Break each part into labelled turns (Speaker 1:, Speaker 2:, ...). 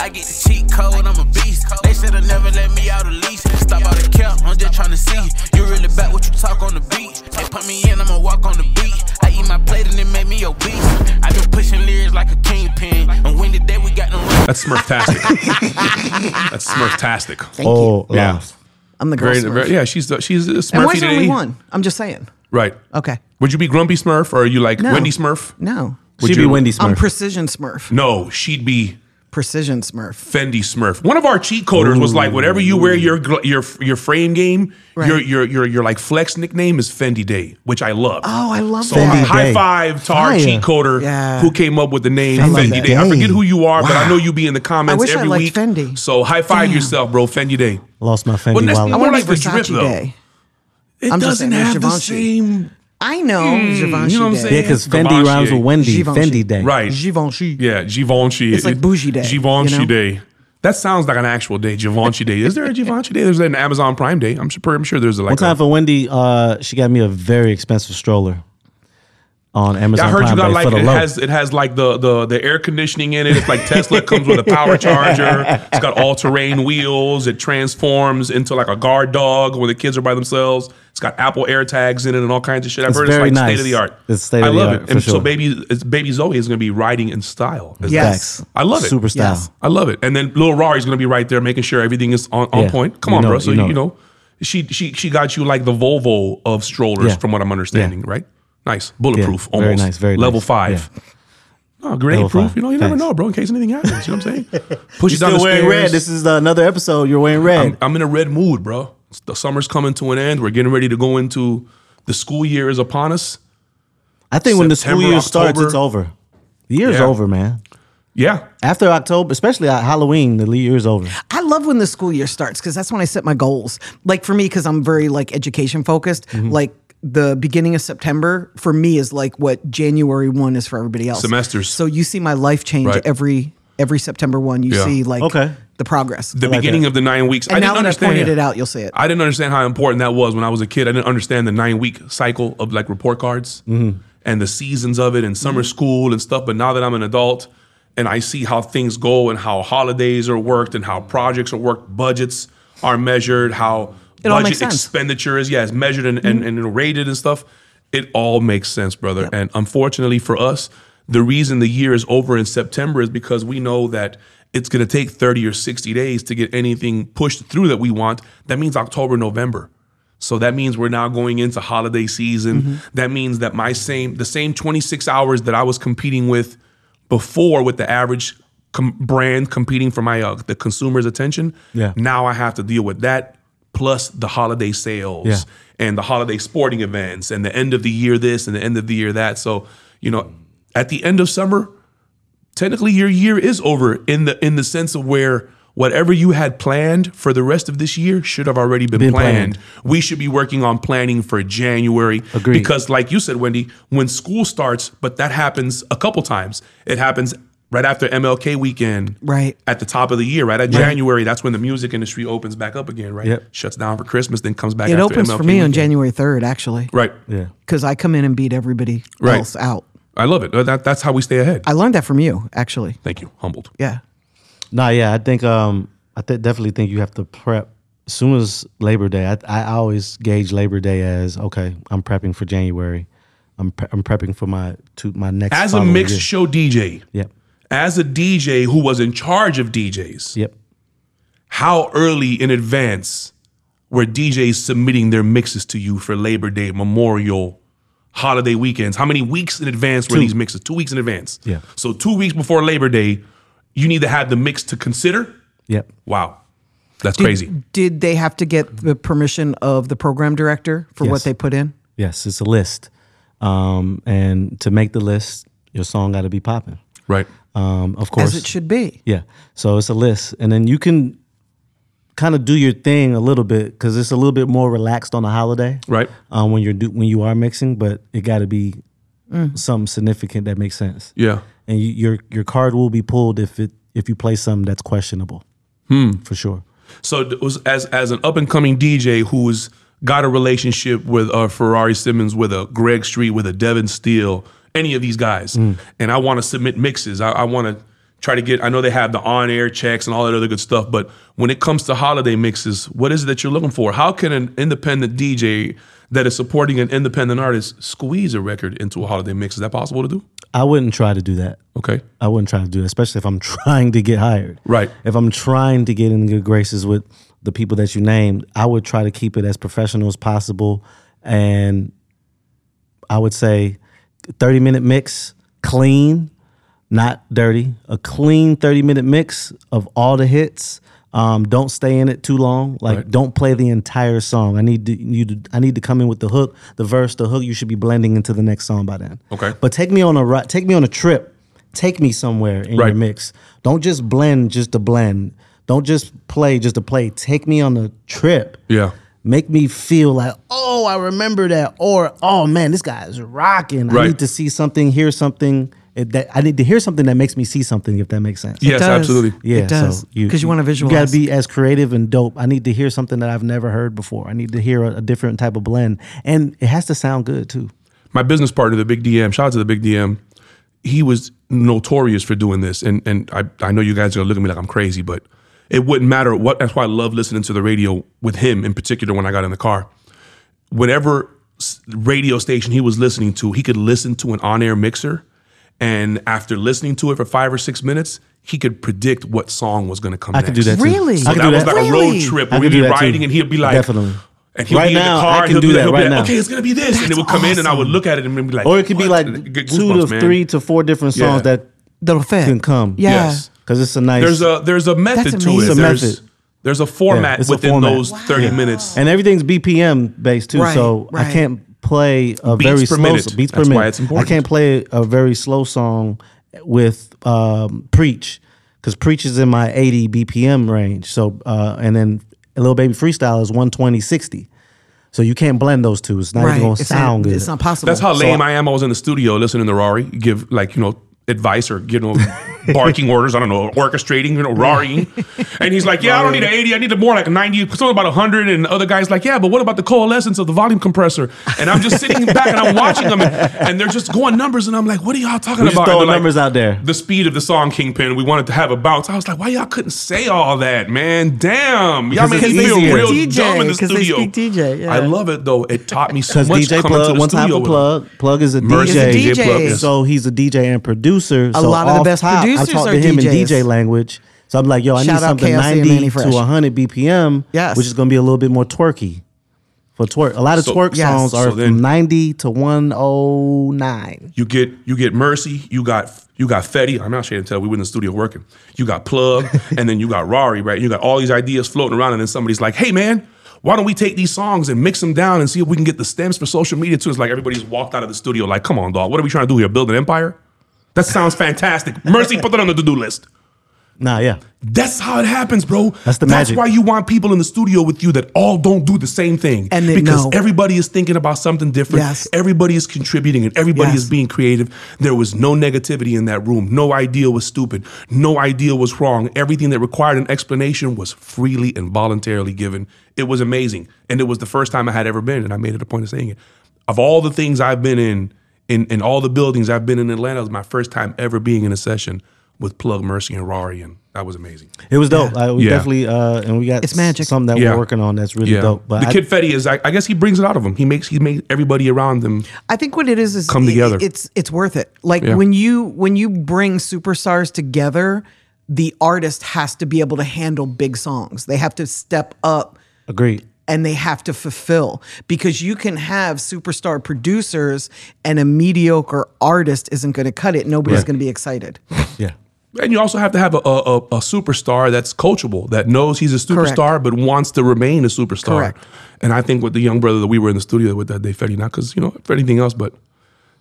Speaker 1: I get the cheat code, I'm a beast. They should've never let me out of lease. Stop all the cap, I'm just tryna see. You really back what you talk on the beat. They put me in, I'ma walk on the beat. I eat my plate and it made me obese. I been pushing lyrics like a kingpin. And when the day we got no
Speaker 2: That's Smurftastic. That's Smurftastic.
Speaker 3: Thank
Speaker 4: Oh,
Speaker 3: you.
Speaker 2: Yeah.
Speaker 4: laugh.
Speaker 3: I'm the girl.
Speaker 2: Very,
Speaker 3: Smurf.
Speaker 2: very, yeah, she's the, she's a Smurfy
Speaker 3: and where's
Speaker 2: today.
Speaker 3: only one? I'm just saying.
Speaker 2: Right.
Speaker 3: Okay.
Speaker 2: Would you be Grumpy Smurf or are you like
Speaker 3: No.
Speaker 2: Wendy Smurf?
Speaker 3: No.
Speaker 2: Would
Speaker 4: She'd be
Speaker 2: you-
Speaker 4: Wendy
Speaker 3: I'm
Speaker 4: Smurf.
Speaker 3: precision Smurf.
Speaker 2: No, she'd be
Speaker 3: Precision Smurf.
Speaker 2: Fendi Smurf. One of our cheat coders was like, whatever you wear your gl- your your frame game, your,
Speaker 3: Right.
Speaker 2: your your your like flex nickname is Fendi Day, which I love.
Speaker 3: Oh, I love
Speaker 2: So
Speaker 3: that.
Speaker 2: high
Speaker 4: Day.
Speaker 2: five to our
Speaker 4: Fire.
Speaker 2: cheat coder
Speaker 3: Yeah.
Speaker 2: who came up with the name
Speaker 4: Fendi
Speaker 2: Fendi, Day. I
Speaker 4: Day.
Speaker 2: forget who you are, but I
Speaker 4: Wow.
Speaker 2: know you be in the comments
Speaker 3: wish I
Speaker 2: every
Speaker 3: liked
Speaker 2: week.
Speaker 3: Fendi.
Speaker 2: So high five yourself, bro. Fendi Day.
Speaker 4: Lost my
Speaker 2: Well,
Speaker 4: Fendi
Speaker 2: next
Speaker 4: wallet.
Speaker 2: thing
Speaker 3: I
Speaker 2: More
Speaker 3: want to
Speaker 2: like
Speaker 3: be
Speaker 2: this drip,
Speaker 3: Versace
Speaker 2: though.
Speaker 3: Day.
Speaker 2: It
Speaker 3: I'm just
Speaker 2: doesn't
Speaker 3: saying, there's
Speaker 2: have the
Speaker 3: Givenchy.
Speaker 2: same.
Speaker 3: I know
Speaker 2: Hmm,
Speaker 3: Givenchy
Speaker 2: you know what I'm
Speaker 3: Day.
Speaker 2: saying?
Speaker 4: Yeah, because Fendi
Speaker 2: Givenchy.
Speaker 4: rhymes with Wendy.
Speaker 3: Givenchy.
Speaker 4: Fendi Day.
Speaker 2: Right.
Speaker 3: Givenchy.
Speaker 2: Yeah, Givenchy.
Speaker 3: It's like bougie day,
Speaker 2: Givenchy
Speaker 3: you know?
Speaker 2: day. That sounds like an actual day. Givenchy day. Is there a Givenchy day? There's an Amazon Prime day. I'm sure. I'm sure there's a like.
Speaker 4: One time
Speaker 2: a,
Speaker 4: for Wendy, uh, she got me a very expensive stroller on Amazon.
Speaker 2: I heard you
Speaker 4: Prime
Speaker 2: got
Speaker 4: Day
Speaker 2: like
Speaker 4: for the
Speaker 2: it
Speaker 4: low.
Speaker 2: has it has like the the the air conditioning in it. It's like Tesla It comes with a power charger. It's got all terrain wheels. It transforms into like a guard dog when the kids are by themselves. It's got Apple Air tags in it and all kinds of shit. I've
Speaker 4: It's
Speaker 2: heard it's
Speaker 4: very
Speaker 2: like
Speaker 4: nice.
Speaker 2: state of the art.
Speaker 4: It's state of
Speaker 2: I
Speaker 4: the
Speaker 2: love
Speaker 4: art,
Speaker 2: it.
Speaker 4: for
Speaker 2: And so
Speaker 4: sure.
Speaker 2: baby it's, baby Zoe is going to be riding in style. It's
Speaker 3: Yes.
Speaker 4: Facts.
Speaker 2: I love it.
Speaker 4: Super style.
Speaker 3: Yes.
Speaker 2: I love it. And then Lil Rari's gonna be right there making sure everything is on, on
Speaker 4: Yeah.
Speaker 2: point. Come
Speaker 4: You
Speaker 2: on,
Speaker 4: know
Speaker 2: bro.
Speaker 4: it,
Speaker 2: So you
Speaker 4: you
Speaker 2: know,
Speaker 4: know
Speaker 2: she she she got you like the Volvo of strollers,
Speaker 4: Yeah.
Speaker 2: from what I'm understanding, right? Nice, bulletproof,
Speaker 4: Very
Speaker 2: almost.
Speaker 4: nice, very
Speaker 2: level
Speaker 4: nice.
Speaker 2: five. Oh, grenade
Speaker 4: Level
Speaker 2: proof.
Speaker 4: five.
Speaker 2: You know, you never
Speaker 4: Thanks.
Speaker 2: know, bro. In case anything happens, you know what I'm saying? Push you
Speaker 4: You're
Speaker 2: down the
Speaker 4: still wearing
Speaker 2: stairs.
Speaker 4: red. This is uh, another episode. You're wearing red.
Speaker 2: I'm in a red mood, bro. It's- The summer's coming to an end. We're getting ready to go into the school year is upon us.
Speaker 4: I think when the school
Speaker 2: September,
Speaker 4: year starts,
Speaker 2: October.
Speaker 4: it's over. The year's
Speaker 2: Yeah.
Speaker 4: over, man.
Speaker 2: Yeah,
Speaker 4: After October, especially at Halloween, the year's over.
Speaker 3: I love when the school year starts because that's when I set my goals. Like for me, because I'm very like education focused.
Speaker 2: Mm-hmm.
Speaker 3: Like the beginning of September for me is like what January one is for everybody else.
Speaker 2: Semesters.
Speaker 3: So you see my life change
Speaker 2: Right.
Speaker 3: every every September one. You
Speaker 2: Yeah.
Speaker 3: see like
Speaker 4: Okay.
Speaker 3: the progress.
Speaker 2: the beginning
Speaker 4: that.
Speaker 2: of the nine weeks. I
Speaker 3: and
Speaker 2: didn't
Speaker 3: now that I
Speaker 2: understand
Speaker 3: pointed it out, you'll see it.
Speaker 2: I didn't understand how important that was when I was a kid. I didn't understand the nine week cycle of like report cards
Speaker 3: Mm-hmm.
Speaker 2: and the seasons of it and summer school and stuff. But now that I'm an adult and I see how things go and how holidays are worked and how projects are worked, budgets are measured, how
Speaker 3: It all
Speaker 2: budget
Speaker 3: makes sense.
Speaker 2: expenditure is yeah, it's measured and, and, and rated and stuff. It all makes sense, brother. And unfortunately for us, the reason the year is over in September is because we know that it's going to take 30 or 60 days to get anything pushed through that we want. That means October, November. So that means we're now going into holiday season. That means that my same the same 26 hours that I was competing with before with the average com- brand competing for my uh, the consumer's attention.
Speaker 4: Yeah.
Speaker 2: Now I have to deal with that plus the holiday sales
Speaker 4: Yeah.
Speaker 2: and the holiday sporting events and the end of the year this and the end of the year that. So, you know, at the end of summer, technically your year is over in the in the sense of where whatever you had planned for the rest of this year should have already been,
Speaker 4: Been
Speaker 2: planned.
Speaker 4: planned.
Speaker 2: We should be working on planning for January
Speaker 4: Agreed.
Speaker 2: because like you said Wendy, when school starts, but that happens a couple times. It happens right after MLK weekend.
Speaker 3: Right.
Speaker 2: At the top of the year, right? At January, that's when the music industry opens back up again, right?
Speaker 4: Yep.
Speaker 2: Shuts down for Christmas, then comes back
Speaker 3: It
Speaker 2: after
Speaker 3: opens for
Speaker 2: MLK
Speaker 3: me on
Speaker 2: weekend.
Speaker 3: January third, actually,
Speaker 2: Right.
Speaker 4: Yeah.
Speaker 3: because I come in and beat everybody
Speaker 2: Right.
Speaker 3: else out.
Speaker 2: I love it. Uh, That, that's how we stay ahead.
Speaker 3: I learned that from you, actually.
Speaker 2: Thank you. Humbled.
Speaker 3: Yeah.
Speaker 4: Nah, yeah, I think um, I th- definitely think you have to prep as soon as Labor Day. I, I always gauge Labor Day as okay. I'm prepping for January. I'm pre- I'm prepping for my to my next
Speaker 2: As a
Speaker 4: following
Speaker 2: mixed
Speaker 4: year.
Speaker 2: show DJ,
Speaker 4: Yep,
Speaker 2: as a DJ who was in charge of DJs,
Speaker 4: yep.
Speaker 2: how early in advance were DJs submitting their mixes to you for Labor Day, Memorial, holiday weekends? How many weeks in advance were these mixes? Two weeks in advance.
Speaker 4: Yeah.
Speaker 2: So two weeks before Labor Day, you need to have the mix to consider.
Speaker 4: Yep.
Speaker 2: Wow. That's
Speaker 3: Did-
Speaker 2: crazy.
Speaker 3: Did they have to get the permission of the program director for what
Speaker 4: Yes.
Speaker 3: they put in?
Speaker 4: Yes, it's a list. Um, and to make the list, your song got to be popping.
Speaker 2: Right.
Speaker 4: Um, of course.
Speaker 3: As it should be.
Speaker 4: Yeah. So it's a list. And then you can kind of do your thing a little bit because it's a little bit more relaxed on a holiday.
Speaker 2: Right.
Speaker 4: Um, when you're do- when you are mixing, but it got to be something significant that makes sense.
Speaker 2: Yeah.
Speaker 4: And you, your your card will be pulled if it if you play something that's questionable. Hmm. For sure.
Speaker 2: So it was as as an up and coming DJ who's got a relationship with a Ferrari Simmons, with a Greg Street, with a Devin Steele, any of these guys, and I want to submit mixes. I, I want to try to get. I know they have the on-air checks and all that other good stuff, but when it comes to holiday mixes, what is it that you're looking for? How can an independent DJ that is supporting an independent artist squeeze a record into a holiday mix? Is that possible to do?
Speaker 4: I wouldn't try to do that.
Speaker 2: Okay,
Speaker 4: I wouldn't try to do that, especially if I'm trying to get hired.
Speaker 2: Right.
Speaker 4: If I'm trying to get in good graces with the people that you named, I would try to keep it as professional as possible. And I would say 30 minute mix, clean, not dirty, a clean 30 minute mix of all the hits. Um, don't stay in it too long. Like,
Speaker 2: Right.
Speaker 4: don't play the entire song. I need to, you to, I need to come in with the hook, the verse, the hook. You should be blending into the next song by then.
Speaker 2: Okay.
Speaker 4: But take me on a ri- take me on a trip. Take me somewhere in
Speaker 2: Right.
Speaker 4: your mix. Don't just blend just to blend. Don't just play just to play. Take me on a trip.
Speaker 2: Yeah.
Speaker 4: Make me feel like, oh, I remember that, or oh man, this guy is rocking. I
Speaker 2: Right.
Speaker 4: need to see something, hear something. It, that I need to hear something that makes me see something. If that makes sense.
Speaker 2: yes,
Speaker 3: does.
Speaker 2: absolutely.
Speaker 4: Yeah,
Speaker 3: It does,
Speaker 4: so
Speaker 3: 'cause you wanna
Speaker 4: You
Speaker 3: visualize.
Speaker 4: gotta be as creative and dope. I need to hear something that I've never heard before. I need to hear a, a different type of blend, and it has to sound good too.
Speaker 2: my business partner, the Big DM, shout out to the Big DM. He was notorious for doing this, and and I I know you guys are gonna look at me like I'm crazy, but it wouldn't matter what. That's why I love listening to the radio with him in particular when I got in the car. Whenever s- radio station he was listening to, he could listen to an on air mixer, and after listening to it for five or six minutes, he could predict what song was gonna come.
Speaker 4: I
Speaker 2: next.
Speaker 4: could do that. Too.
Speaker 3: Really?
Speaker 4: I
Speaker 2: So
Speaker 4: could
Speaker 2: that
Speaker 4: do
Speaker 2: was
Speaker 4: that.
Speaker 2: like a road
Speaker 3: Really?
Speaker 2: trip.
Speaker 4: I
Speaker 2: where
Speaker 4: could
Speaker 2: We'd
Speaker 4: do
Speaker 2: be
Speaker 4: that too.
Speaker 2: riding, and he'd be like,
Speaker 4: Definitely.
Speaker 2: And he'll
Speaker 4: Right
Speaker 2: be in the
Speaker 4: now, I
Speaker 2: car, and
Speaker 4: can
Speaker 2: he'll
Speaker 4: do
Speaker 2: be, like,
Speaker 4: that
Speaker 2: he'll be
Speaker 4: right
Speaker 2: like,
Speaker 4: now.
Speaker 2: okay, it's gonna be this, and it would come in, and I would look at it and be like,
Speaker 4: Or it could be
Speaker 2: what?
Speaker 4: like
Speaker 2: Get
Speaker 4: two to
Speaker 2: goosebumps, man.
Speaker 4: three to four different
Speaker 2: Yeah.
Speaker 4: songs that
Speaker 3: That'll fit.
Speaker 4: can come.
Speaker 3: Yeah.
Speaker 2: Yes.
Speaker 4: because it's a nice.
Speaker 2: There's a there's a method to
Speaker 3: amazing.
Speaker 2: it.
Speaker 3: It's a
Speaker 2: There's,
Speaker 4: method.
Speaker 2: there's a format
Speaker 4: Yeah, it's a
Speaker 2: within
Speaker 4: format.
Speaker 2: those thirty minutes.
Speaker 4: and everything's BPM based too,
Speaker 3: Right,
Speaker 4: so I
Speaker 3: right.
Speaker 4: can't play a
Speaker 2: Beats
Speaker 4: very
Speaker 2: per
Speaker 4: slow
Speaker 2: minute.
Speaker 4: beats per
Speaker 2: That's why
Speaker 4: minute.
Speaker 2: it's important.
Speaker 4: I can't play a very slow song with um, preach because preach is in my 80 BPM range. So uh, and then Lil Baby Freestyle is 120 60. So you can't blend those two. It's not
Speaker 3: Right.
Speaker 4: even gonna
Speaker 3: it's
Speaker 4: sound
Speaker 3: not,
Speaker 4: good.
Speaker 3: It's not possible.
Speaker 2: That's how
Speaker 4: So
Speaker 2: lame
Speaker 4: I-
Speaker 2: I am. I was in the studio listening to Rari give like you know advice or you know barking orders. I don't know orchestrating you know Rari, and he's like, yeah, I don't need an eighty. I need a more like a ninety. Something about hundred. And the other guys like, yeah, but what about the coalescence of the volume compressor? And I'm just sitting back and I'm watching them, and, and they're just going numbers, and I'm like, what are y'all talking
Speaker 4: We just
Speaker 2: about? And
Speaker 4: throwing
Speaker 2: they're like,
Speaker 4: numbers out there.
Speaker 2: The speed of the song Kingpin. We wanted to have a bounce. I was like, why y'all couldn't say all that, man? Damn, y'all
Speaker 4: Because
Speaker 2: make
Speaker 4: it's
Speaker 2: me feel
Speaker 4: easier.
Speaker 2: real
Speaker 3: DJ,
Speaker 2: dumb in the
Speaker 3: 'cause they
Speaker 2: studio.
Speaker 3: speak DJ, yeah.
Speaker 2: I love it though. It taught me so
Speaker 4: Because
Speaker 2: much. coming
Speaker 4: DJ
Speaker 2: to
Speaker 4: Plug,
Speaker 2: the
Speaker 4: one time
Speaker 2: studio
Speaker 4: for
Speaker 2: with-
Speaker 4: Plug, Plug is a
Speaker 2: Mercy
Speaker 4: DJ.
Speaker 3: He's a DJ. DJ.
Speaker 4: So he's a DJ and producer. A so
Speaker 3: lot of the
Speaker 4: off
Speaker 3: best
Speaker 4: top,
Speaker 3: producers
Speaker 4: I talked
Speaker 3: are
Speaker 4: to him in
Speaker 3: DJs.
Speaker 4: DJ language. So I'm like, yo, I
Speaker 3: Shout
Speaker 4: need
Speaker 3: out
Speaker 4: something
Speaker 3: KLC and
Speaker 4: 90
Speaker 3: Manny
Speaker 4: to
Speaker 3: Fresh.
Speaker 4: 100 BPM,
Speaker 3: Yes.
Speaker 4: which is going to be a little bit more twerky. For twerk, a lot of
Speaker 2: So-
Speaker 4: twerk
Speaker 3: Yes.
Speaker 4: songs are
Speaker 2: So then-
Speaker 4: from 90 to 109.
Speaker 2: You get you get Mercy. You got you got Fetty. I'm not ashamed to tell. We were in the studio working. You got Plug, and then you got Rari, right? You got all these ideas floating around, and then somebody's like, "Hey, man." Why don't we take these songs and mix them down and see if we can get the stems for social media too? It's like everybody's walked out of the studio like, come on, dog. What are we trying to do here? Build an empire? That sounds fantastic. Mercy, put that on the to-do list.
Speaker 4: Nah, yeah.
Speaker 2: That's how it happens, bro.
Speaker 4: That's the
Speaker 2: That's
Speaker 4: magic.
Speaker 2: why you want people in the studio with you that all don't do the same thing.
Speaker 3: And they
Speaker 2: because
Speaker 3: know.
Speaker 2: everybody is thinking about something different.
Speaker 3: Yes.
Speaker 2: Everybody is contributing and everybody
Speaker 3: Yes.
Speaker 2: is being creative. There was no negativity in that room. No idea was stupid. No idea was wrong. Everything that required an explanation was freely and voluntarily given. It was amazing. And it was the first time I had ever been, and I made it a point of saying it. Of all the things I've been in, in, in all the buildings I've been in Atlanta, it was my first time ever being in a session with Plug Mercy and Rari, and that was amazing.
Speaker 4: It was dope. Uh, we
Speaker 2: Yeah.
Speaker 4: definitely, uh, and we got
Speaker 3: It's magic.
Speaker 4: something that
Speaker 2: Yeah.
Speaker 4: we're working on that's really dope. But
Speaker 2: the
Speaker 4: I-
Speaker 2: kid Fetty is, I, I guess, he brings it out of him. He makes he makes everybody around him.
Speaker 3: I think what it is is
Speaker 2: Come
Speaker 3: it-
Speaker 2: together.
Speaker 3: it's it's worth it. Like
Speaker 2: Yeah.
Speaker 3: when you when you bring superstars together, the artist has to be able to handle big songs. They have to step up
Speaker 4: agreed.
Speaker 3: and they have to fulfill because you can have superstar producers and a mediocre artist isn't going to cut it. Nobody's
Speaker 2: Right.
Speaker 3: going to be excited.
Speaker 4: Yeah.
Speaker 2: And you also have to have a, a, a- a superstar that's coachable, that knows he's a superstar
Speaker 3: Correct.
Speaker 2: but wants to remain a superstar.
Speaker 3: Correct.
Speaker 2: And I think with the young brother that we were in the studio with that day, Fetty, not because, you know, for anything else, but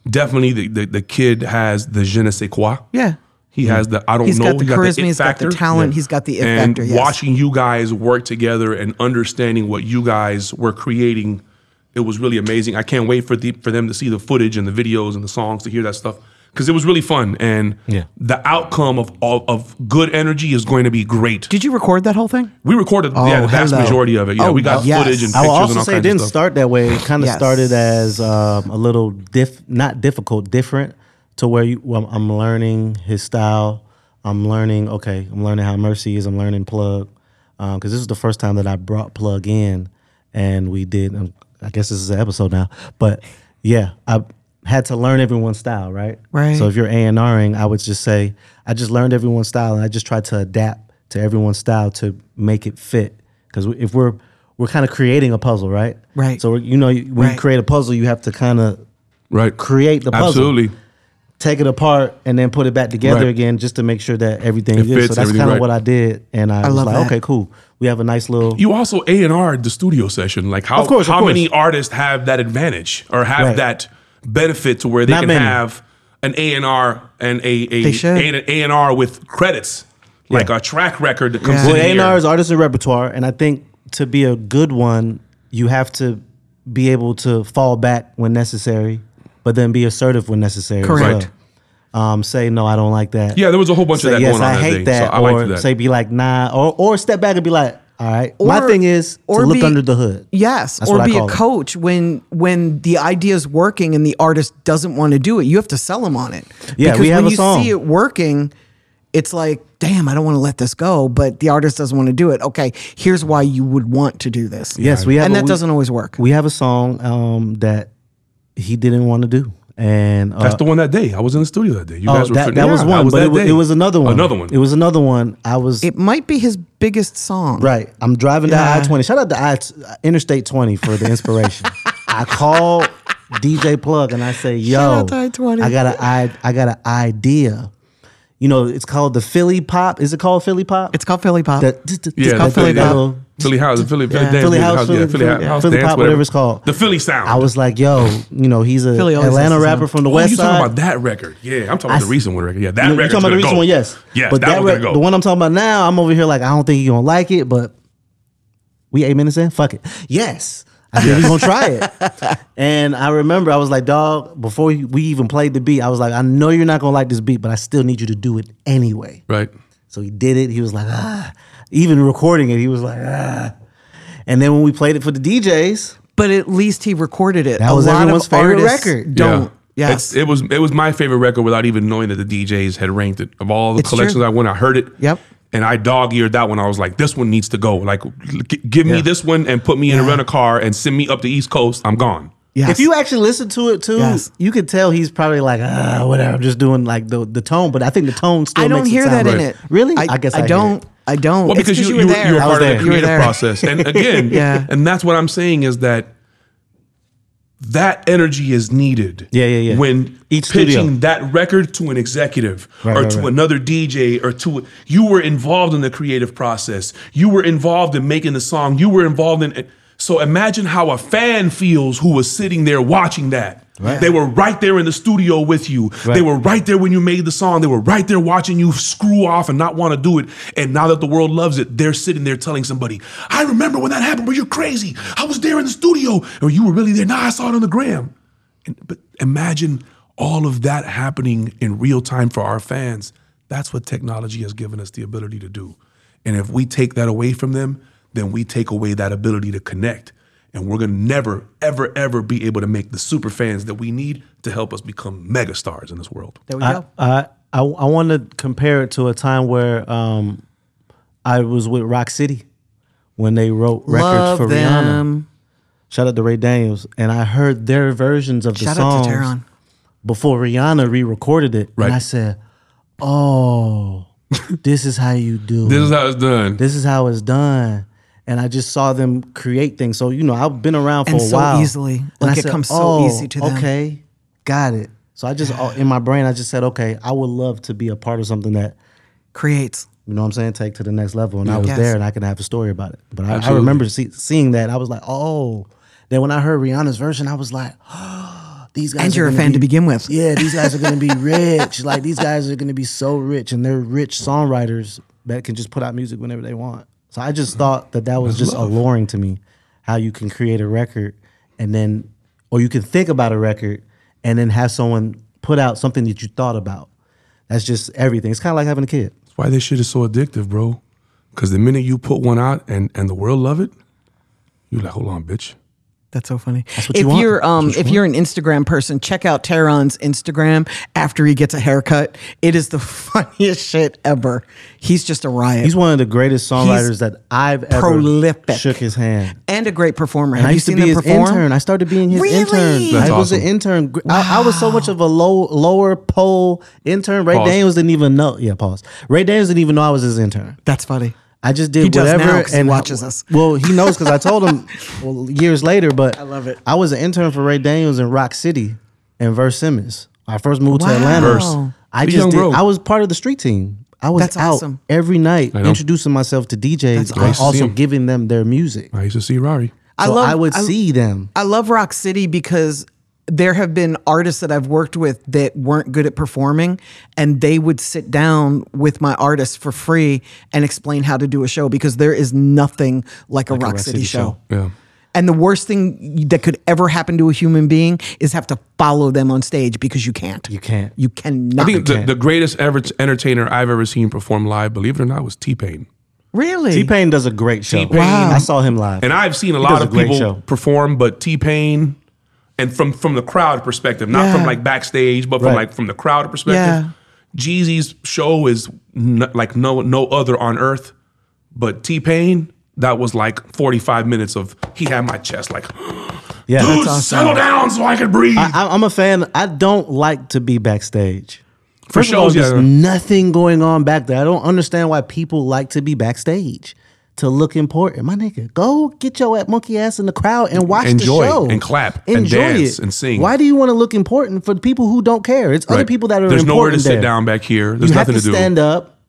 Speaker 2: definitely the, the, the kid has the je ne sais quoi.
Speaker 3: Yeah.
Speaker 2: He has the I don't
Speaker 3: He's
Speaker 2: know.
Speaker 3: got the
Speaker 2: he
Speaker 3: charisma,
Speaker 2: it
Speaker 3: he's got the talent, he's got the it
Speaker 2: and
Speaker 3: factor, yes.
Speaker 2: watching you guys work together and understanding what you guys were creating, it was really amazing. I can't wait for the for them to see the footage and the videos and the songs to hear that stuff because it was really fun. And
Speaker 4: Yeah.
Speaker 2: the outcome of all of good energy is going to be great.
Speaker 3: Did you record that whole thing?
Speaker 2: we recorded yeah,
Speaker 3: Oh,
Speaker 2: the vast
Speaker 3: hello.
Speaker 2: majority of it. Yeah,
Speaker 3: Oh,
Speaker 2: we got
Speaker 3: yes.
Speaker 2: footage and pictures
Speaker 4: I will
Speaker 2: and
Speaker 4: also
Speaker 2: all
Speaker 4: say it
Speaker 2: kinds
Speaker 4: didn't
Speaker 2: of stuff.
Speaker 4: start that way. It kind of
Speaker 3: Yes.
Speaker 4: started as um, a little diff, not difficult, different to where you. Well, I'm learning his style. I'm learning. Okay, I'm learning how mercy is. I'm learning plug because this is the first time that I brought plug in, and we did. um, I guess this is an episode now, but yeah, I had to learn everyone's style, right?
Speaker 3: Right.
Speaker 4: So if you're A and Ring, I would just say I just learned everyone's style, and I just tried to adapt to everyone's style to make it fit. Because if we're we're kind of creating a puzzle, right?
Speaker 3: Right.
Speaker 4: So we're, you know, when
Speaker 3: Right.
Speaker 4: you create a puzzle, you have to kind of
Speaker 2: Right.
Speaker 4: create the puzzle.
Speaker 2: Absolutely.
Speaker 4: take it apart and then put it back together
Speaker 2: Right.
Speaker 4: again just to make sure that everything
Speaker 2: It
Speaker 4: is.
Speaker 2: fits,
Speaker 4: so that's
Speaker 2: everything
Speaker 4: kind
Speaker 2: right.
Speaker 4: of what I did, and I, was
Speaker 3: love
Speaker 4: like,
Speaker 3: that.
Speaker 4: okay, cool. We have a nice little.
Speaker 2: You also A and R the studio session. Like how
Speaker 4: Of course, of
Speaker 2: how
Speaker 4: course.
Speaker 2: many artists have that advantage or have
Speaker 4: Right.
Speaker 2: that benefit to where they
Speaker 4: Not
Speaker 2: can
Speaker 4: many.
Speaker 2: have an A and R and a a
Speaker 3: They should.
Speaker 2: A and R with credits, like
Speaker 4: Yeah.
Speaker 2: a track record that comes
Speaker 3: Yeah.
Speaker 4: well,
Speaker 2: in
Speaker 4: A and
Speaker 2: here.
Speaker 4: R is artist and repertoire, and I think to be a good one, you have to be able to fall back when necessary, but then be assertive when necessary. as
Speaker 3: Correct.
Speaker 4: well. Um, say no, I don't like that.
Speaker 2: Yeah, there was a whole bunch
Speaker 4: say
Speaker 2: of that
Speaker 4: yes,
Speaker 2: going on
Speaker 4: I
Speaker 2: that
Speaker 4: hate
Speaker 2: day.
Speaker 4: that.
Speaker 2: so I
Speaker 4: or
Speaker 2: liked that.
Speaker 4: say be like nah, or or step back and be like, all right. My
Speaker 3: Or-
Speaker 4: thing is to
Speaker 3: or
Speaker 4: look
Speaker 3: be-
Speaker 4: under the hood.
Speaker 3: Yes,
Speaker 4: That's
Speaker 3: or
Speaker 4: what I
Speaker 3: be a
Speaker 4: call it.
Speaker 3: coach when when the idea's working and the artist doesn't want to do it. You have to sell them on it.
Speaker 4: Yeah,
Speaker 3: because
Speaker 4: we have
Speaker 3: when
Speaker 4: a
Speaker 3: you
Speaker 4: song.
Speaker 3: see it working, it's like, damn, I don't want to let this go, but the artist doesn't want to do it. Okay, here's why you would want to do this.
Speaker 4: Yes, we have,
Speaker 3: and
Speaker 4: a-
Speaker 3: that
Speaker 4: we-
Speaker 3: doesn't always work.
Speaker 4: We have a song um, that he didn't want to do, and uh,
Speaker 2: That's the one that day. I was in the studio that day. You
Speaker 4: oh,
Speaker 2: guys were
Speaker 4: that,
Speaker 2: fitting-
Speaker 4: that was
Speaker 2: Yeah,
Speaker 4: one,
Speaker 2: I
Speaker 4: but
Speaker 2: that
Speaker 4: it, wa-
Speaker 2: day.
Speaker 4: it was another one.
Speaker 2: Another one.
Speaker 4: It was another one. I was
Speaker 3: it might be his biggest song.
Speaker 4: right. I'm driving down
Speaker 3: Yeah.
Speaker 4: I twenty. Shout out to I, uh, Interstate twenty for the inspiration. I call DJ Plug and I say, "Yo,
Speaker 3: out to I-20.
Speaker 4: I got a I I got an idea. You know, it's called the Philly Pop. Is it called Philly Pop?
Speaker 3: It's called Philly Pop.
Speaker 4: The- just the-
Speaker 2: yeah,
Speaker 4: just
Speaker 2: the
Speaker 3: called
Speaker 4: that
Speaker 2: Philly,
Speaker 3: Pop.
Speaker 4: little-
Speaker 2: Philly House, Philly, Philly,
Speaker 3: Yeah.
Speaker 2: Dance,
Speaker 4: Philly House,
Speaker 2: yeah,
Speaker 4: Philly-
Speaker 2: Philly,
Speaker 4: Philly-
Speaker 2: House,
Speaker 4: Philly
Speaker 2: dance,
Speaker 4: Pop, whatever it's called.
Speaker 2: The Philly sound.
Speaker 4: I was like, "Yo, you know, he's a
Speaker 3: Philly always has
Speaker 4: Atlanta
Speaker 3: this
Speaker 4: rapper
Speaker 3: song.
Speaker 4: from the
Speaker 2: Oh,
Speaker 4: West
Speaker 2: you talking
Speaker 4: Side."
Speaker 2: about that record? Yeah, I'm talking
Speaker 4: I
Speaker 2: about the
Speaker 4: s-
Speaker 2: recent one record. Yeah, that
Speaker 4: You're
Speaker 2: record.
Speaker 4: talking about the
Speaker 2: gonna
Speaker 4: recent
Speaker 2: go.
Speaker 4: one, yes.
Speaker 2: Yes,
Speaker 4: but
Speaker 2: that,
Speaker 4: that,
Speaker 2: was
Speaker 4: re-
Speaker 2: gonna go.
Speaker 4: the one I'm talking about now, I'm over here like I don't think you're gonna like it, but we eight minutes in. Fuck it, yes, I think you're gonna try it. and I remember I was like, dog, before we even played the beat, I was like, I know you're not gonna like this beat, but I still need you to do it anyway.
Speaker 2: right.
Speaker 4: So he did it. He was like, ah. Even recording it, he was like, ah. And then when we played it for the DJs,
Speaker 3: but at least he recorded it.
Speaker 4: That
Speaker 3: a
Speaker 4: was
Speaker 3: lot
Speaker 4: everyone's
Speaker 3: of
Speaker 4: favorite
Speaker 3: artists
Speaker 4: record.
Speaker 3: Don't.
Speaker 2: Yeah.
Speaker 3: Yes.
Speaker 2: It's- it was it was my favorite record without even knowing that the DJs had ranked it. Of all the
Speaker 3: It's
Speaker 2: collections
Speaker 3: true.
Speaker 2: I went, I heard it.
Speaker 3: Yep.
Speaker 2: And I dog eared that one. I was like, this one needs to go. Like, g- give me
Speaker 4: Yeah.
Speaker 2: this one and put me in a rental car and send me up the East Coast. I'm gone.
Speaker 3: yes.
Speaker 4: If you actually listen to it too,
Speaker 3: Yes.
Speaker 4: you could tell he's probably like, ah, whatever. I'm just doing like the, the tone, but I think the tone still.
Speaker 3: I don't
Speaker 4: makes it
Speaker 3: hear
Speaker 4: sound
Speaker 3: that in
Speaker 4: right.
Speaker 3: it.
Speaker 4: Really?
Speaker 3: I, guess I, don't. I don't.
Speaker 2: Well,
Speaker 3: It's
Speaker 2: because you, you, were,
Speaker 3: there.
Speaker 2: you were
Speaker 4: I
Speaker 2: part
Speaker 4: was
Speaker 2: of
Speaker 4: there.
Speaker 2: the
Speaker 4: You were
Speaker 2: creative
Speaker 3: there.
Speaker 2: process. And again,
Speaker 3: Yeah.
Speaker 2: and that's what I'm saying is that that energy is needed.
Speaker 4: Yeah, yeah, yeah.
Speaker 2: When
Speaker 4: Each
Speaker 2: pitching
Speaker 4: studio.
Speaker 2: that record to an executive
Speaker 4: Right,
Speaker 2: or
Speaker 4: right,
Speaker 2: to
Speaker 4: right.
Speaker 2: another DJ or to you were involved in the creative process. You were involved in making the song. You were involved in so imagine how a fan feels who was sitting there watching that. They were right there in the studio with you. They
Speaker 4: Right.
Speaker 2: were right there when you made the song. They were right there watching you screw off and not want to do it. And now that the world loves it, they're sitting there telling somebody, I remember when that happened, but you're crazy. I was there in the studio, or you were really there. Now I saw it on the gram. And, but imagine all of that happening in real time for our fans. That's what technology has given us the ability to do. And if we take that away from them, then we take away that ability to connect. And we're gonna never, ever, ever be able to make the super fans that we need to help us become mega stars in this world.
Speaker 3: there we
Speaker 4: I
Speaker 3: go.
Speaker 4: I I, I want to compare it to a time where um, I was with Rock City when they wrote records
Speaker 3: Love
Speaker 4: for Rihanna.
Speaker 3: them.
Speaker 4: Shout out to Ray Daniels, and I heard their versions of the
Speaker 3: Shout out
Speaker 4: songs
Speaker 3: to Tehran.
Speaker 4: before Rihanna re-recorded it,
Speaker 2: Right.
Speaker 4: and I said, oh, this is how you do. it.
Speaker 2: how it's done.
Speaker 4: this is how it's done. And I just saw them create things. So, you know, I've been around for
Speaker 3: And
Speaker 4: a
Speaker 3: so
Speaker 4: while.
Speaker 3: easily.
Speaker 4: And I "Oh,
Speaker 3: Like, it comes so easy to them."
Speaker 4: Okay, got it. So I just, oh, in my brain, I just said, okay, I would love to be a part of something that,
Speaker 3: Creates.
Speaker 4: you know what I'm saying, take to the next level. And I was
Speaker 3: Yes.
Speaker 4: there and I can have a story about it. But I, I
Speaker 2: Absolutely.
Speaker 4: remember see, seeing that. I was like, oh. Then when I heard Rihanna's version, I was like, these guys
Speaker 3: And
Speaker 4: are
Speaker 3: you're a
Speaker 4: gonna
Speaker 3: fan to
Speaker 4: be-
Speaker 3: begin with.
Speaker 4: yeah, these guys are gonna be rich. Like these guys are gonna be so rich, and they're rich songwriters that can just put out music whenever they want. So I
Speaker 3: Mm-hmm.
Speaker 4: just thought that that was just alluring to me, how you can create a record and then, or you can think about a record and then have someone put out something that you thought about. That's just everything. It's kind of like having a kid.
Speaker 2: That's why this shit is so addictive, bro. Because the minute you put one out and, and the world love it, you're like, hold on, bitch.
Speaker 3: That's so funny.
Speaker 4: That's what
Speaker 3: if
Speaker 4: you want.
Speaker 3: are um,
Speaker 4: That's what you
Speaker 3: if you're an Instagram person, check out Tehran's Instagram after he gets a haircut. It is the funniest shit ever. He's just a riot
Speaker 4: He's one of the greatest songwriters that I've ever
Speaker 3: prolific.
Speaker 4: shook his hand.
Speaker 3: and a great performer.
Speaker 4: And
Speaker 3: Have
Speaker 4: I
Speaker 3: you
Speaker 4: used to
Speaker 3: seen
Speaker 4: be
Speaker 3: him
Speaker 4: his
Speaker 3: perform?
Speaker 4: intern. I started being his
Speaker 3: Really?
Speaker 4: intern.
Speaker 2: That's
Speaker 4: I was an
Speaker 2: awesome.
Speaker 4: intern. Gr- I, I was so much of a low, lower pole intern. Ray
Speaker 2: Pause.
Speaker 4: Daniels didn't even know. Yeah, pause. Ray Daniels didn't even know I was his intern.
Speaker 3: That's funny.
Speaker 4: I just did
Speaker 3: He does
Speaker 4: whatever
Speaker 3: now 'cause he watches us.
Speaker 4: Well, he knows because I told him well, years later. But I
Speaker 3: love it.
Speaker 4: I was an intern for Ray Daniels in Rock City and Verse Simmons. I first moved
Speaker 3: Wow.
Speaker 4: to Atlanta.
Speaker 3: Verse.
Speaker 4: I
Speaker 2: The
Speaker 4: just
Speaker 2: young
Speaker 4: did,
Speaker 2: rogue.
Speaker 4: I was part of the street team. I was
Speaker 3: That's
Speaker 4: out
Speaker 3: awesome.
Speaker 4: every night
Speaker 2: know.
Speaker 4: introducing myself to DJs, and
Speaker 2: awesome.
Speaker 4: also
Speaker 2: Nice.
Speaker 4: giving them their music.
Speaker 2: I used to see Rari.
Speaker 4: So I, would see them.
Speaker 3: I love Rock City because there have been artists that I've worked with that weren't good at performing, and they would sit down with my artists for free and explain how to do a show because there is nothing like a Rock City,
Speaker 4: City
Speaker 3: show.
Speaker 4: show.
Speaker 2: Yeah.
Speaker 3: And the worst thing that could ever happen to a human being is have to follow them on stage because you can't.
Speaker 4: You can't.
Speaker 3: You cannot.
Speaker 2: I think the,
Speaker 4: can't.
Speaker 2: the greatest ever entertainer I've ever seen perform live, believe it or not, was T Pain.
Speaker 3: really?
Speaker 4: T Pain does a great show.
Speaker 2: T-Pain.
Speaker 3: Wow.
Speaker 4: I saw him live.
Speaker 2: And I've seen a
Speaker 4: does
Speaker 2: lot
Speaker 4: a
Speaker 2: of
Speaker 4: great
Speaker 2: people
Speaker 4: show.
Speaker 2: perform, but T Pain, and from from the crowd perspective, not
Speaker 3: Yeah.
Speaker 2: from like backstage, but from
Speaker 4: Right.
Speaker 2: like from the crowd perspective. Jeezy's show is n- like no no other on earth, but T Pain. That was like 45 minutes of he had my chest like, dude,
Speaker 4: yeah, that's awesome.
Speaker 2: settle down so I can breathe.
Speaker 4: I, I'm a fan. I don't like to be backstage.
Speaker 2: For
Speaker 4: First of all,
Speaker 2: shows, yeah.
Speaker 4: there's nothing going on back there. I don't understand why people like to be backstage to look important. My nigga, go get your monkey ass in the crowd and watch
Speaker 2: Enjoy
Speaker 4: the show
Speaker 2: and clap and
Speaker 4: enjoy
Speaker 2: dance
Speaker 4: it.
Speaker 2: and sing.
Speaker 4: Why do you want to look important for the people who don't care? It's other
Speaker 2: Right.
Speaker 4: people that are
Speaker 2: There's nowhere to
Speaker 4: important
Speaker 2: sit
Speaker 4: there.
Speaker 2: down back here. There's
Speaker 4: you
Speaker 2: nothing
Speaker 4: have to,
Speaker 2: to, do.
Speaker 4: stand up.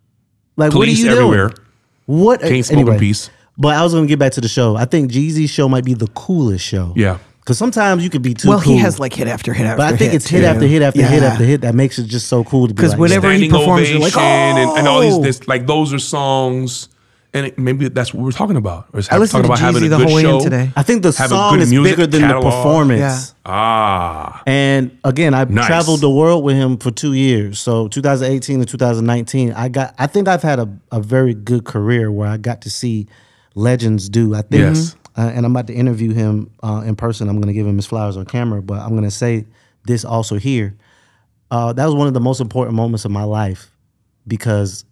Speaker 4: Like
Speaker 2: Police
Speaker 4: what are you
Speaker 2: everywhere.
Speaker 4: doing? What
Speaker 2: Can't smoke in peace.
Speaker 4: But I was gonna get back to the show. I think Jeezy's show might be the coolest show.
Speaker 2: Yeah.
Speaker 4: because sometimes you could be too.
Speaker 3: well, he
Speaker 4: cool.
Speaker 3: has like hit after hit after
Speaker 4: But I think it's hit after hit after hit after hit that makes it just so cool to be
Speaker 3: 'Cause
Speaker 4: like,
Speaker 3: whatever- he
Speaker 2: standing
Speaker 3: performs, you're
Speaker 2: ovation
Speaker 3: like,
Speaker 2: and, and all these
Speaker 3: "Oh!"
Speaker 2: this, like those are songs and it, maybe that's what we're talking about or it's
Speaker 3: I listened
Speaker 2: talking
Speaker 3: to
Speaker 2: about having
Speaker 3: Jeezy
Speaker 2: a
Speaker 3: the
Speaker 2: good
Speaker 3: whole way in
Speaker 2: show
Speaker 3: today.
Speaker 4: I think the
Speaker 2: Have a
Speaker 4: song
Speaker 2: good
Speaker 4: is
Speaker 2: music
Speaker 4: bigger than the
Speaker 2: catalog.
Speaker 4: performance.
Speaker 3: Yeah.
Speaker 2: ah
Speaker 4: And again, I
Speaker 2: Nice.
Speaker 4: traveled the world with him for two years. So 2018 to 2019, I got I think I've had a, a very good career where I got to see legends do. I think
Speaker 2: Yes.
Speaker 4: uh, and I'm about to interview him uh, in person. I'm gonna give him his flowers on camera, but I'm gonna say this also here. Uh, that was one of the most important moments of my life because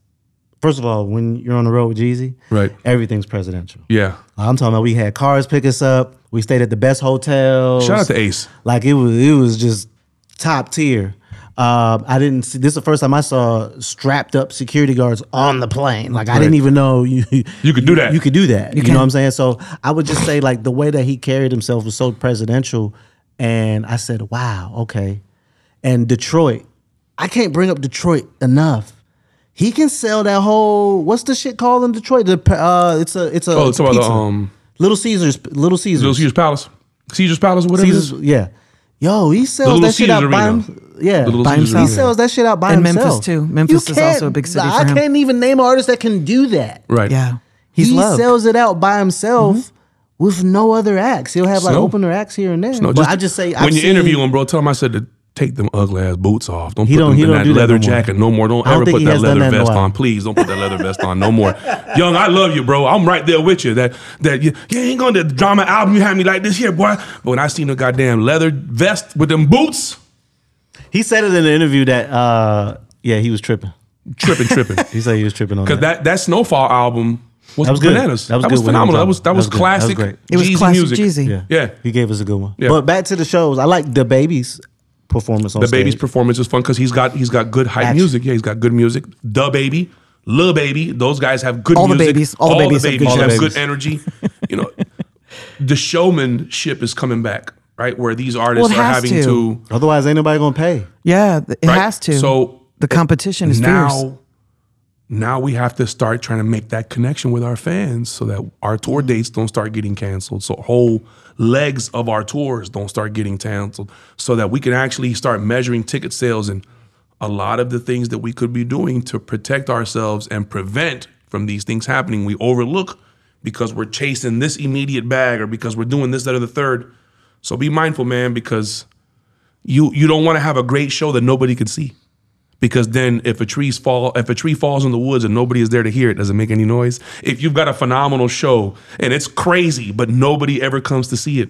Speaker 4: first of all, when you're on the road with Jeezy,
Speaker 2: Right.
Speaker 4: everything's presidential.
Speaker 2: yeah
Speaker 4: I'm talking about we had cars pick us up. We stayed at the best hotels.
Speaker 2: shout out to Ace
Speaker 4: Like it was, it was just top tier. Um, I didn't see this. Is the first time I saw strapped up security guards on the plane. Like I didn't even know you
Speaker 2: You could do that.
Speaker 4: You could do that. You,
Speaker 3: can.
Speaker 4: know what I'm saying? So I would just say like the way that he carried himself was so presidential, and I said, "Wow, okay." And Detroit, I can't bring up Detroit enough. He can sell that whole what's the shit called in Detroit? The uh, it's a it's a
Speaker 2: oh
Speaker 4: it's
Speaker 2: it's
Speaker 4: a
Speaker 2: about the
Speaker 4: pizza.
Speaker 2: um
Speaker 4: Little Caesars, Little Caesars,
Speaker 2: Little Caesar's Palace Caesar's Palace or whatever it
Speaker 4: Caesars,
Speaker 2: is.
Speaker 4: yeah. Yo, he sells
Speaker 2: Little
Speaker 4: that shit out
Speaker 2: Caesar
Speaker 4: by
Speaker 2: Arena.
Speaker 4: him. Yeah,
Speaker 2: The Little
Speaker 4: by
Speaker 2: Caesar
Speaker 4: himself. He
Speaker 2: Arena.
Speaker 4: sells that shit out by
Speaker 3: And Memphis,
Speaker 4: himself.
Speaker 3: too. Memphis
Speaker 4: You
Speaker 3: is also
Speaker 4: can't-
Speaker 3: a big city
Speaker 4: I
Speaker 3: for him.
Speaker 4: can't even name artists that can do that.
Speaker 2: right
Speaker 3: Yeah.
Speaker 4: he
Speaker 3: loved.
Speaker 4: sells it out by himself with no other acts. He'll have like
Speaker 2: Snow.
Speaker 4: opener acts here and there.
Speaker 2: No,
Speaker 4: but I just say
Speaker 2: when
Speaker 4: I've
Speaker 2: you
Speaker 4: seen-
Speaker 2: interview him bro tell him I said to take them ugly ass boots off don't
Speaker 4: He
Speaker 2: put
Speaker 4: don't-
Speaker 2: them
Speaker 4: he
Speaker 2: in
Speaker 4: don't
Speaker 2: that
Speaker 4: do that
Speaker 2: leather
Speaker 4: no more.
Speaker 2: jacket no more don't
Speaker 4: I don't
Speaker 2: ever
Speaker 4: think
Speaker 2: put
Speaker 4: he
Speaker 2: that
Speaker 4: has done
Speaker 2: leather
Speaker 4: that in a
Speaker 2: vest
Speaker 4: while.
Speaker 2: on please don't put that leather vest on no more young I love you bro I'm right there with you that that you, you ain't gonna drama album you had me like this here boy but when I seen the goddamn leather vest with them boots
Speaker 4: He said it in an interview that uh, yeah, he was tripping.
Speaker 2: tripping tripping
Speaker 4: He said he was tripping on
Speaker 2: Because that that Snowfall album was,
Speaker 4: That was good.
Speaker 2: bananas.
Speaker 4: That
Speaker 2: That
Speaker 4: was
Speaker 2: was,
Speaker 4: good when it was
Speaker 2: phenomenal.
Speaker 4: out.
Speaker 2: That was that,
Speaker 4: That
Speaker 2: was,
Speaker 4: was good. That was
Speaker 2: classic.
Speaker 4: great.
Speaker 3: It was
Speaker 2: Jeezy
Speaker 3: classic
Speaker 2: music.
Speaker 3: Jeezy.
Speaker 4: Yeah.
Speaker 2: Yeah.
Speaker 4: He gave us a good one.
Speaker 2: Yeah.
Speaker 4: But back to the shows. I like the baby's performance on
Speaker 2: The baby's
Speaker 4: stage.
Speaker 2: performance is fun because he's got he's got good hype
Speaker 4: Action.
Speaker 2: music. Yeah, he's got good music. The baby, Lil baby, those guys have good
Speaker 3: All the
Speaker 2: music.
Speaker 3: Babies. All the Babies have good
Speaker 2: have,
Speaker 4: music.
Speaker 2: good energy. you know, the showmanship is coming back, right? Where these artists
Speaker 3: Well, it
Speaker 2: are
Speaker 3: has
Speaker 2: having
Speaker 3: to.
Speaker 2: to,
Speaker 4: Otherwise, ain't nobody gonna pay.
Speaker 3: Yeah, th- it
Speaker 2: Right.
Speaker 3: has to.
Speaker 2: So
Speaker 3: the competition is
Speaker 2: now
Speaker 3: fierce.
Speaker 2: now we have to start trying to make that connection with our fans so that our tour
Speaker 3: Mm-hmm.
Speaker 2: dates don't start getting canceled so whole legs of our tours don't start getting canceled so that we can actually start measuring ticket sales and a lot of the things that we could be doing to protect ourselves and prevent from these things happening we overlook because we're chasing this immediate bag or because we're doing this that or the third so be mindful man because you you don't want to have a great show that nobody can see because then if a tree's fall if a tree falls in the woods and nobody is there to hear it doesn't make any noise if you've got a phenomenal show and it's crazy but nobody ever comes to see it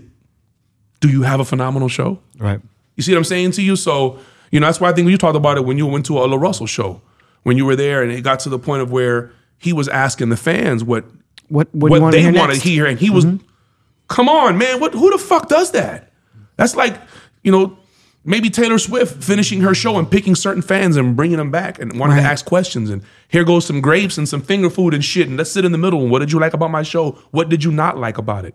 Speaker 2: do you have a phenomenal show?
Speaker 4: Right.
Speaker 2: You see what I'm saying to you? So, you know, that's why I think you talked about it when you went to a La Russell show, when you were there and it got to the point of where he was asking the fans what
Speaker 3: What
Speaker 2: what,
Speaker 3: what, do you want
Speaker 2: they
Speaker 3: to hear
Speaker 2: want to
Speaker 3: next?
Speaker 2: hear. And he was, come on, man, what who the fuck does that? That's like, you know, maybe Taylor Swift finishing her show and picking certain fans and bringing them back and wanting to
Speaker 3: Right.
Speaker 2: ask questions. And here goes some grapes and some finger food and shit. And let's sit in the middle. And what did you like about my show? What did you not like about it?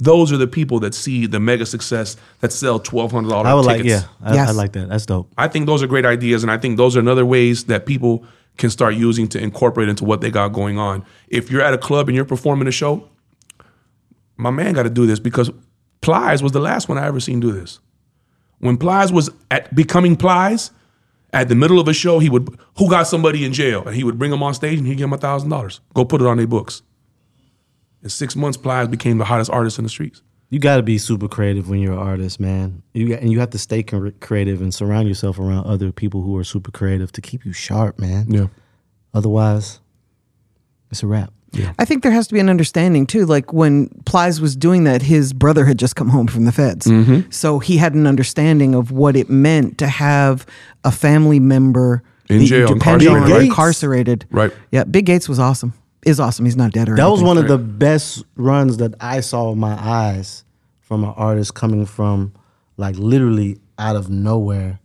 Speaker 2: Those are the people that see the mega success that sell twelve hundred dollars.
Speaker 4: I would like, yeah, I, I
Speaker 3: Yes.
Speaker 4: like that. That's dope.
Speaker 2: I think those are great ideas, and I think those are another ways that people can start using to incorporate into what they got going on. If you're at a club and you're performing a show, my man got to do this because Plies was the last one I ever seen do this. When Plies was at becoming Plies, at the middle of a show, he would who got somebody in jail, and he would bring them on stage and he'd give them thousand dollars. Go put it on their books. In six months, Plies became the hottest artist in the streets.
Speaker 4: You got to be super creative when you're an artist, man. You and you have to stay cre- creative and surround yourself around other people who are super creative to keep you sharp, man. Otherwise, it's a wrap. Yeah.
Speaker 3: I think there has to be an understanding too. Like when Plies was doing that, his brother had just come home from the feds.
Speaker 2: Mm-hmm.
Speaker 3: So he had an understanding of what it meant to have a family member
Speaker 2: In
Speaker 3: that you
Speaker 2: jail,
Speaker 3: depend on
Speaker 2: incarcerated,
Speaker 3: or
Speaker 2: right?
Speaker 3: incarcerated.
Speaker 2: Right.
Speaker 3: Yeah. Big Gates was awesome. Is awesome. He's not dead or
Speaker 4: That was
Speaker 3: anything.
Speaker 4: one of the best runs that I saw with my eyes from an artist coming from like literally out of nowhere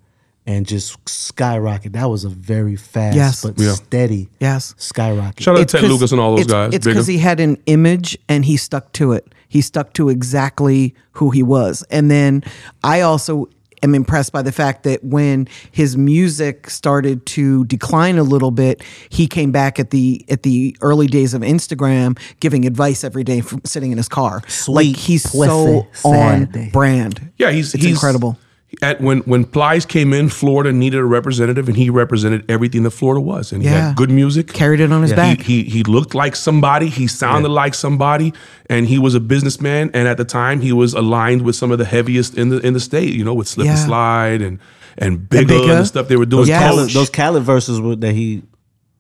Speaker 4: and just skyrocket. That was a very fast
Speaker 3: Yes.
Speaker 4: but
Speaker 2: Yeah.
Speaker 4: steady
Speaker 3: Yes.
Speaker 4: skyrocket.
Speaker 2: Shout out to Ted
Speaker 3: 'cause-
Speaker 2: Lucas and all those
Speaker 3: it's,
Speaker 2: guys.
Speaker 3: It's
Speaker 2: Bigger.
Speaker 3: because he had an image and he stuck to it. He stuck to exactly who he was. And then I also am impressed by the fact that when his music started to decline a little bit, he came back at the at the early days of Instagram giving advice every day from sitting in his car. like
Speaker 4: Sweet
Speaker 3: he's
Speaker 4: pussy
Speaker 3: so on
Speaker 4: Saturday.
Speaker 3: brand.
Speaker 2: Yeah, he's
Speaker 3: it's
Speaker 2: he's-
Speaker 3: incredible.
Speaker 2: At when when Plies came in, Florida needed a representative, and he represented everything that Florida was, and he
Speaker 3: Yeah.
Speaker 2: had good music.
Speaker 3: Carried it on his
Speaker 2: He,
Speaker 3: back.
Speaker 2: he he looked like somebody. He sounded like somebody, and he was a businessman. And at the time, he was aligned with some of the heaviest in the in the state. You know, with Slip and
Speaker 3: Yeah.
Speaker 2: Slide and and Bigger and,
Speaker 3: Bigger.
Speaker 2: the stuff they were doing.
Speaker 4: Those
Speaker 3: Yes.
Speaker 4: Khaled,
Speaker 2: Coach.
Speaker 4: those Khaled verses were, that he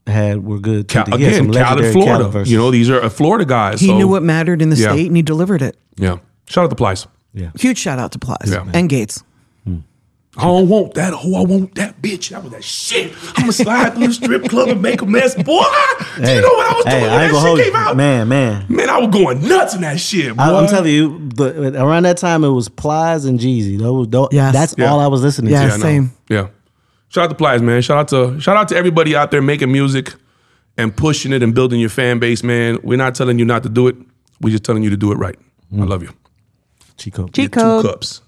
Speaker 4: had were good. too.
Speaker 2: Cal-
Speaker 4: He had some
Speaker 2: again, Khaled,
Speaker 4: legendary
Speaker 2: Florida.
Speaker 4: verses.
Speaker 2: you know, these are uh, Florida guys.
Speaker 3: he
Speaker 2: so-
Speaker 3: knew what mattered in the
Speaker 2: Yeah.
Speaker 3: state and he delivered it.
Speaker 2: Yeah, shout out to Plies.
Speaker 3: Huge shout out to Plies
Speaker 2: Yeah.
Speaker 3: and Gates.
Speaker 2: I don't want that hoe. I want that bitch. That was that shit. I'm gonna slide through the strip club and make a mess, boy. Do
Speaker 4: Hey,
Speaker 2: you know what I was
Speaker 4: hey,
Speaker 2: doing
Speaker 4: I
Speaker 2: when that
Speaker 4: ain't gonna
Speaker 2: shit
Speaker 4: hold
Speaker 2: came
Speaker 4: you.
Speaker 2: out? Man.
Speaker 4: Man, man.
Speaker 2: I was going nuts in that shit, boy.
Speaker 4: I, am telling you, the, around that time it was Plies and Jeezy. Those, those,
Speaker 3: Yes.
Speaker 4: That's
Speaker 2: Yeah.
Speaker 4: all I was listening
Speaker 3: Yeah.
Speaker 4: to.
Speaker 2: I know.
Speaker 3: same.
Speaker 2: Yeah. Shout out to Plies, man. Shout out to shout out to everybody out there making music and pushing it and building your fan base, man. We're not telling you not to do it. We're just telling you to do it right. I love you.
Speaker 4: Chico.
Speaker 2: Get two cups.